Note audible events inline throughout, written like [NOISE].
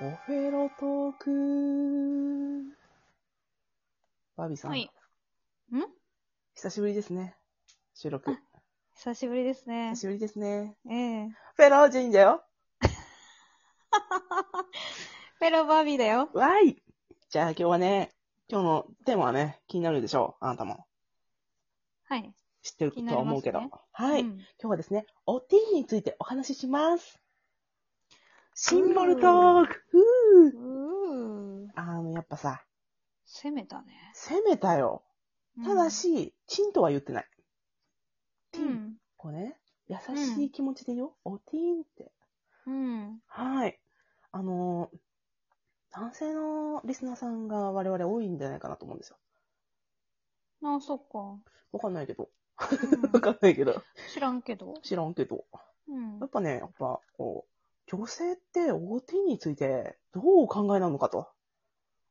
オフェロトーク。バービーさん、はい。久しぶりですね。収録。久しぶりですね久。しぶりですね。ええ。フェロジンだよ。ペロバービーだよ。わい。じゃあ今日はね、今日のテーマはね、気になるでしょう。あなたも。はい。知ってるとは思うけど。気になはい、う今ん日はですね、おティについてお話しします。シンボルトーク。ふううー。あの、やっぱさ、攻めたね。攻めたよ。うんただ、し、チンとは言ってない。うティン。ん。こうね、優しい気持ちでよ、おティーンって。うん。はい。あのー、男性のリスナーさんが我々多いんじゃないかなと思うんですよ。あ、そっ [LAUGHS] か。わかんないけど。うんわかんないけど。知らんけど。知らんけど。うんやっ。ぱね、やっぱ、こう、女性って OT についてどうお考えなのかと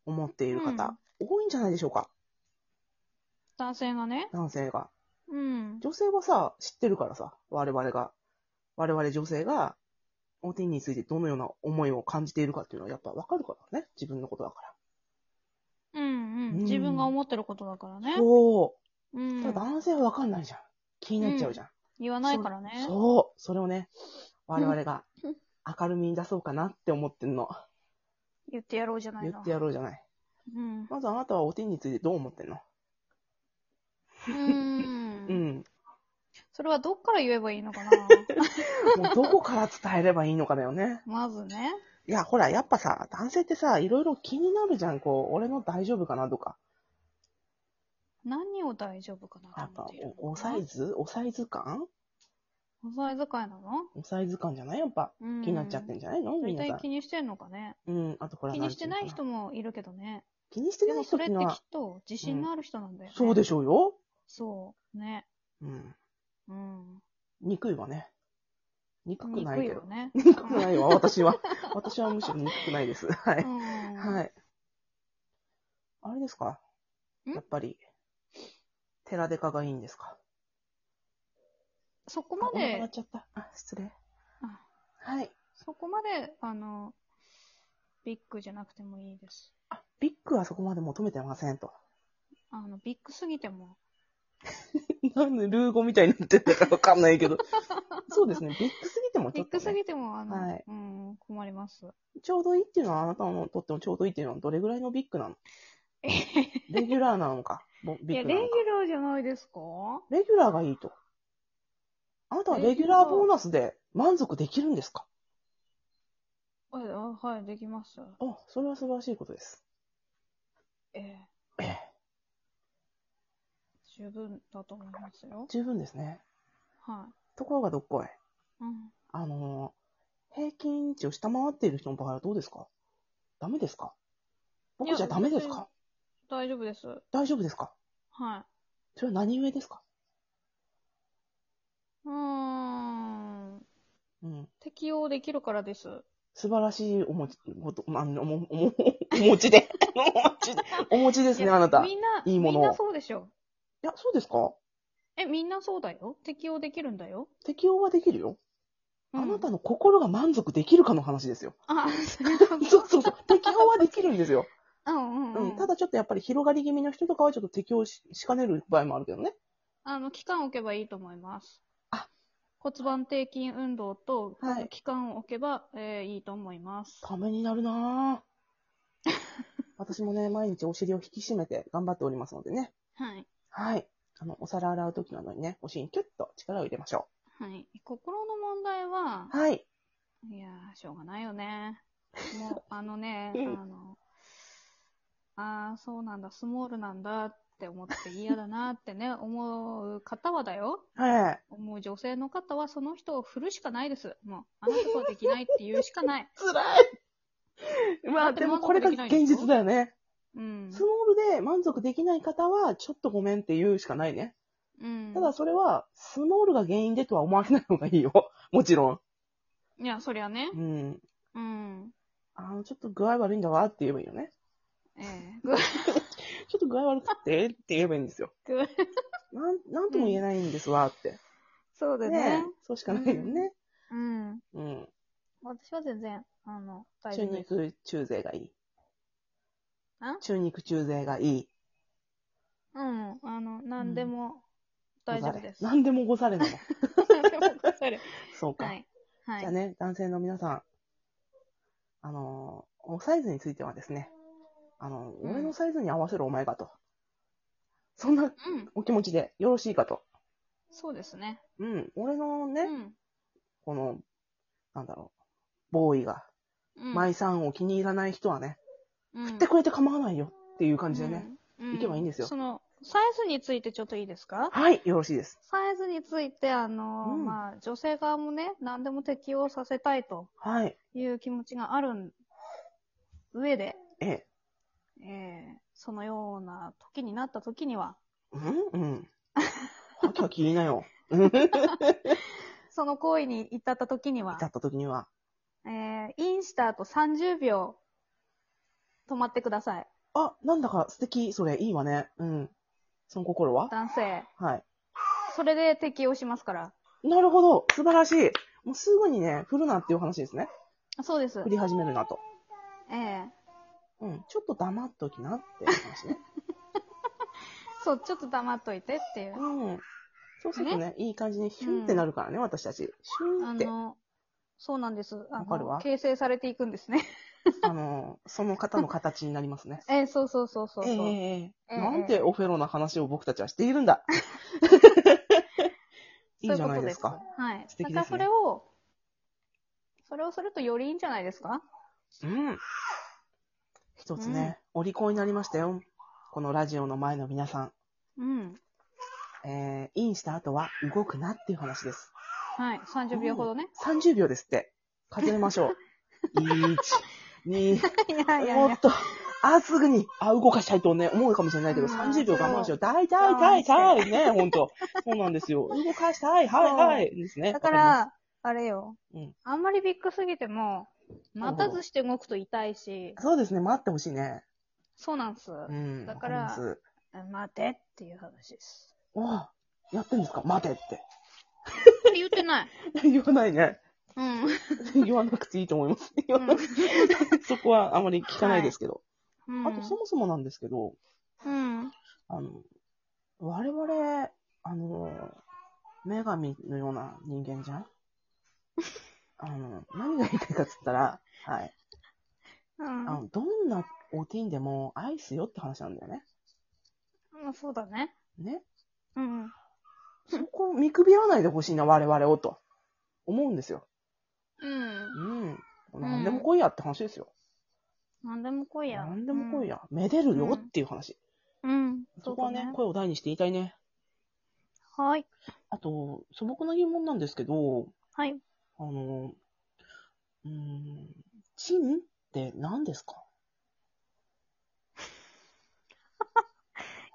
思っている方、多いんじゃないでしょうか。男性がね。男性が。うん。女性はさ、知ってるからさ、我々が。我々女性が OT についてどのような思いを感じているかっていうのはやっぱわかるからね。自分のことだかうんううんん。自分が思ってることだからねら。。そう。うただん。男性はわかんないじゃん。気になっちゃうじゃん。言わないからね。そう。それをね、我々 [LAUGHS] がうん明るみに出そうかなって思ってんの。言ってやろうじゃない言のって。やろうじゃない。うん。うまずあなたはお手についてどう思ってんのうーん。ん。それはどっから言えばいいのか [LAUGHS] なもうどこから伝えればいいのかだよね。まずね。いや、ほら、やっぱさ、男性ってさ、いろいろ気になるじゃん。こう、俺の大丈夫かなとか。何を大丈夫かやなっとぱ思っているのかなお、おサイズおサイズ感おサイズ感なのおサイズ感じゃないやっぱうん気になっちゃってんじゃないの、大皆さ体ん気。にしてんのかね。うん。あとほら、気にしてないんてうのか人もいるけどね。気にしてでないも人そっれてっいうてのきっは、と自信のある人なんだよね。そうでししょうよ。そう。ね。うん。うん。憎いわね。憎くない憎いけよど。ね。憎くないわ、私は。 [LAUGHS] 私はむしろ憎くないです。 [LAUGHS] はうい。ん。。はいい。あれですかんやっぱり、寺デカがいいんですかそこあ、まお腹鳴でっ、ちゃった。あ、失礼あ。はい。そこまで、あの、ビッグじゃなくてもいいです。あ、ビッグはそこまで求めてませんと。 [LAUGHS] あの、ビッグすぎても。なんでルー語みたいになってるかわかんない [LAUGHS] けど。そうですね。ビッグすぎてもちビょッっとグすね、ぎても、あの、はいうん、困ります。ちょうどいいっていうのは、あなたのとってもちょうどいいっていうのは、どれぐらいのビッグなのレギュラーなのか、ぼいビや、ッレグなギュのか。ラーじゃないですかレギュラーがいいと。あなたはレギュラーボーナスで満足できるんですかはいあ、はい、できます。あ、それは素晴らしいことです。ええ。ええ十分だと思いますよ。十分ですね。はところがどっこい。い。うん。あのー平均値を下回っている人の場合はどうですかダメですか僕じゃダメですいやか大丈夫です。大丈夫ですかはい。それは何故ですかうーん。うん。適応できるからです。素晴らしいお持ち、ごと、まあ、おも、おも、お持ち [LAUGHS] で。お持ちで。お持ちですいね、やあなた。いみんな、いいものをみんなそうでしょ。や、そうですかえ、みんなそうだよ。適応できるんだよ。適応はできるよ。うんあなたの心が満足できるかの話ですよ。 [LAUGHS] あ、そういうことそうそうそう。適応はできるんですよ。うんうん、う。うんん。ただちょっとやっぱり広がり気味の人とかはちょっと適応ししかねる場合もあるけどね。あの、期間を置けばいいと思います。あ骨盤底筋運動と、はいあの期間を置けば、えーいいと思います。ためになるなぁ。 [LAUGHS] 私もね、毎日お尻を引き締めて頑張っておりますのでね。はい。はい。あの、お皿洗う時などにね、お尻にキュッと力を入れましょはい。心の問題はう。、はい。いやー、しょうがない [LAUGHS] よね。もう、あのね、うんあの、あー、そうなんだ、スモールなんだって思って嫌だなっ [LAUGHS] てね、思う方はだよ。はい。思う女性の方はその人を振るしかないです。もう、あの人はできないって言うしかない。辛い [LAUGHS] まあ、でもこれが現実だよね。う [LAUGHS] んス。モールで満足できない方は、ちょっとごめんって言うしかないね。うん。ただそれは、スモールが原因でとは思わせない方がいいよ。もちろいや、そりゃん。。ねうん。うん。あの、ちょっと具合悪いんだわって言えばいいよね。え [LAUGHS] えぐ、ちょっと具合悪くてって言えばいいんですよ。ぐ、なん、なんとも言えないんですわって。そうだねね。そうしかないよね。うん。うん。私は全然、あの、大中丈夫です。肉中背がいいあ。中肉中背がいい。うん、あの、何でも大丈夫です。ござれ何でもござれなの。 [LAUGHS] 何でもご [LAUGHS] ざれ。そうか。はい。はじゃあい。ね、男性の皆さん、あのーおサイズについてはですね、あのうん俺のサイズに合わせるお前かと。そんなうん、お気持ちでよろしいかと。そうですね。うん、俺のね、うん。この、なんだろう、ボーイが、うんマイさんを気に入らない人はね、うん振ってくれて構わないよっていう感じでね。うん、う行けばいいんですよその、サイズについてちょっといいですかはい、よろしいです。サイズについて、あの、うんまあ、女性側もね、何でも適用させたいとはい。いう気持ちがある上で、ええ、えーそのような時になった時には、うんうん。 [LAUGHS] はきはき言いなよ。その行為に至った時には至、った時には。えーインした後30秒、止まってください。あ、なんだか素敵、それ、いいわね。うん。その心は男性。はい。それで適用しますから。なるほど。素晴らしい。もうすぐにね、振るなっていう話ですね。そうです振。り始めるなと。ええうん。ちょっと黙っときなっていう話 [LAUGHS] ね。そう、ちょっと黙っといてっていう。うん。そうするとね、いい感じにヒュンってなるからね、私たち。シュンあって。の、そうなんです。あわかるのわ形成されていくんですね。。あの、その方の形になりますねええそうそうそう [LAUGHS] そうそう。ええええなんてオフェロな話を僕たちはしているん [LAUGHS] だ。いいじゃないですそうかう。ことはい。素敵ですねだからそれを、それをするとよりいいんじゃないですかうん。一つね、お利口になりましたよ。このラジオの前の皆さうん。ん。えー、インした後は動くなっていう話です。はい。30秒ほどね。 30秒ですって。数えまし [LAUGHS] ょう。1、2、いやいやいもやっ。と、あ、すぐに、あ、動かしたいとね、思うかもしれないけど、うん30秒我慢しよう。大我体、慢大して体、ね、ほんと。そうなんですよ。動かしたい、はい、はい、ですね。だかわりら、あれよ。うんあんまりビッグすぎても、待たずして動くと痛いします、そうですね、待ってほしいね。そうなんです。うん。だからわります待てっていう話です。おうやってんですか待てって。 [LAUGHS] 言ってない。言わないね。 [LAUGHS] うん。言わなくていいと思います。言わなく [LAUGHS] そこはあまり聞かないですけど。うん。あと、そもそもなんですけど、うん。あの、我々、あの、女神のような人間 [LAUGHS] じゃんあの、何が言いたいかっつったら、はい。うん。あまの、どんなおティンでも愛すよって話なんだよね。あ、そうだね。ね。うん。そこを見くびらないでほしいな、我々をと。思うんですよ。うん。うん。何でも来いやって話ですよ。なんでも来いや。何でも来いや。めでるよっていう話。うん。そこはね、声を大にして言いたいね。はい。あと、素朴な疑問なんですけど、はい。あの、うーん、チンって何ですか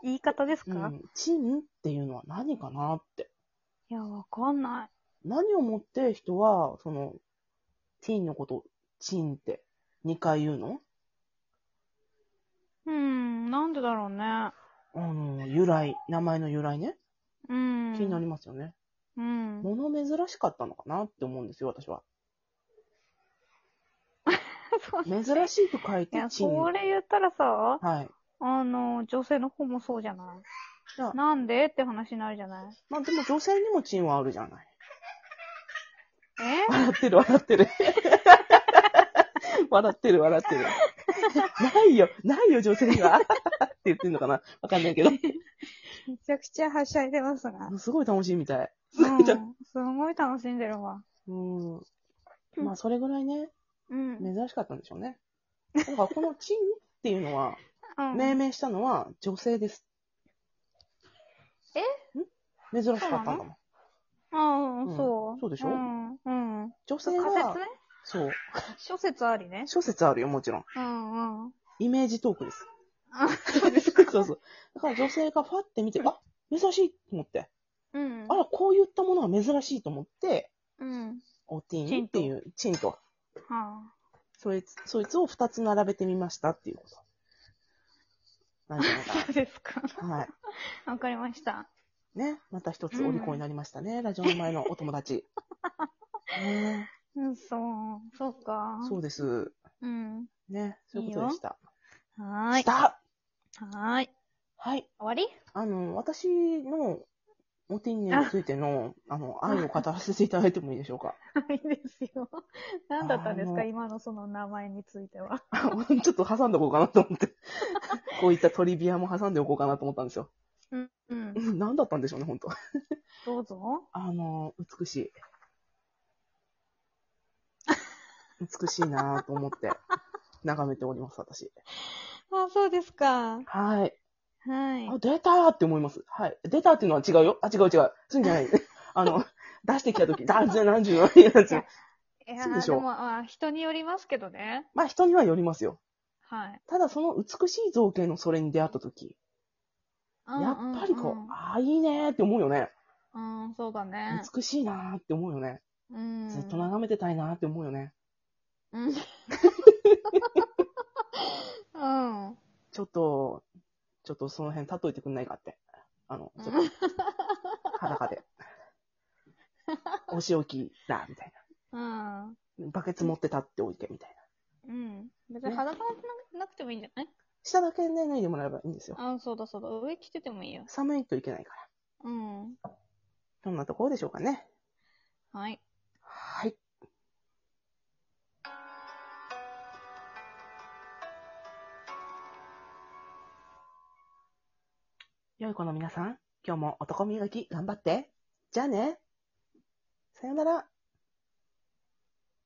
言い方ですか、ういん、チンっていうのは何かなって。や、わかんない。何をもって人は、その、ティンのこと、チンって2回言うのうん、なんでだろうね。あの、由来、名前の由来ね。うん。気になりますよね。うん。物珍しかったのかなって思うんですよ、私は。そう珍しいと書いいてや、チン。それ言ったらさ、はい。あの、女性の方もそうじゃないやなんでって話になるじゃないまあでも女性にもチンはあるじゃない。え笑ってる、笑ってる。 [LAUGHS] 笑ってる、笑ってる。ないよ、ないよ、女性には。って [LAUGHS] 言ってんのかなわかんないけど。めちゃくちゃはしゃいでますが。すごい楽しいみたい。うん。 [LAUGHS] すごい楽しんでるわ。うん。まあ、それぐらいね、うん。珍しかったんでしょうね。だから、このチンっていうのは、うん命名したのは女性です。ん珍しかったんだもん。あうあ、んそう。そうでしょうん。うん。女性仮は説、ねそう、諸説ありね。諸説あるよ、もちろん。うんうん。イメージトークです。あ、そうですか。そうそう。だから女性がファって見て、あ、珍しいと思って。うん。あら、こういったものは珍しいと思って、うん。おティーンっていう、チンと。はそいつ、そいつを二つ並べてみましたっていうこと。なんじゃないあ。 [LAUGHS] そうですか。かな。はい。わかりました。 [LAUGHS] ね。また一つお利口になりましたね。ラジオの前のお友達。ねうん、そう、そうか。そうです。うん。ね。そういうことでした。はーいし。たはーい。はい。終わりあの、私のお手についての、あの、愛を語らせていただいてもいいでしょう [LAUGHS] か。はい、ですよ。何だったんですあかの今のその名前については。ちょっと挟んでおこうかなと思 [LAUGHS] って。こういったトリビアも挟んでおこうかなと思ったんですよ。うん。うん。うん何だったんでしょうね、本当どうぞ。あの、美しい。美しいなぁと思って、眺めております、私。あ、そうですか。はい。はいあ、。出たーって思います。はい。出たっていうのは違うよ。あ、違う違う。そういうんじゃ [LAUGHS] ない。あの、出してき [LAUGHS] たとき、何十何十のやつ。いやそうでー、しでょも、あ人によりますけどね。まあ人にはよりますよ。はい。ただその美しい造形のそれに出会ったとき、やっぱりこう、ああ、いいねーって思うよね。うん。うん、そうだね。美しいなーって思うよね。うん。ずっと眺めてたいなーって思うよね。 [LAUGHS] うん。うん。ちょっと、ちょっとその辺立っといてくんないかって。あの、ちょっと、 [LAUGHS] 裸で。お仕置きだ、みたいうん。な。バケツ持って立っておいて、みたいな。うん。別に裸はなくてもいいんじゃない下だけね、脱いでもらえばいいんですよ。あ、そうだそうだ。上着ててもいいよ。寒いといけないから。うん。そんなところでしょうかね。はい。はい。良い子の皆さん、今日も男磨き頑張って。じゃあね。さよなら。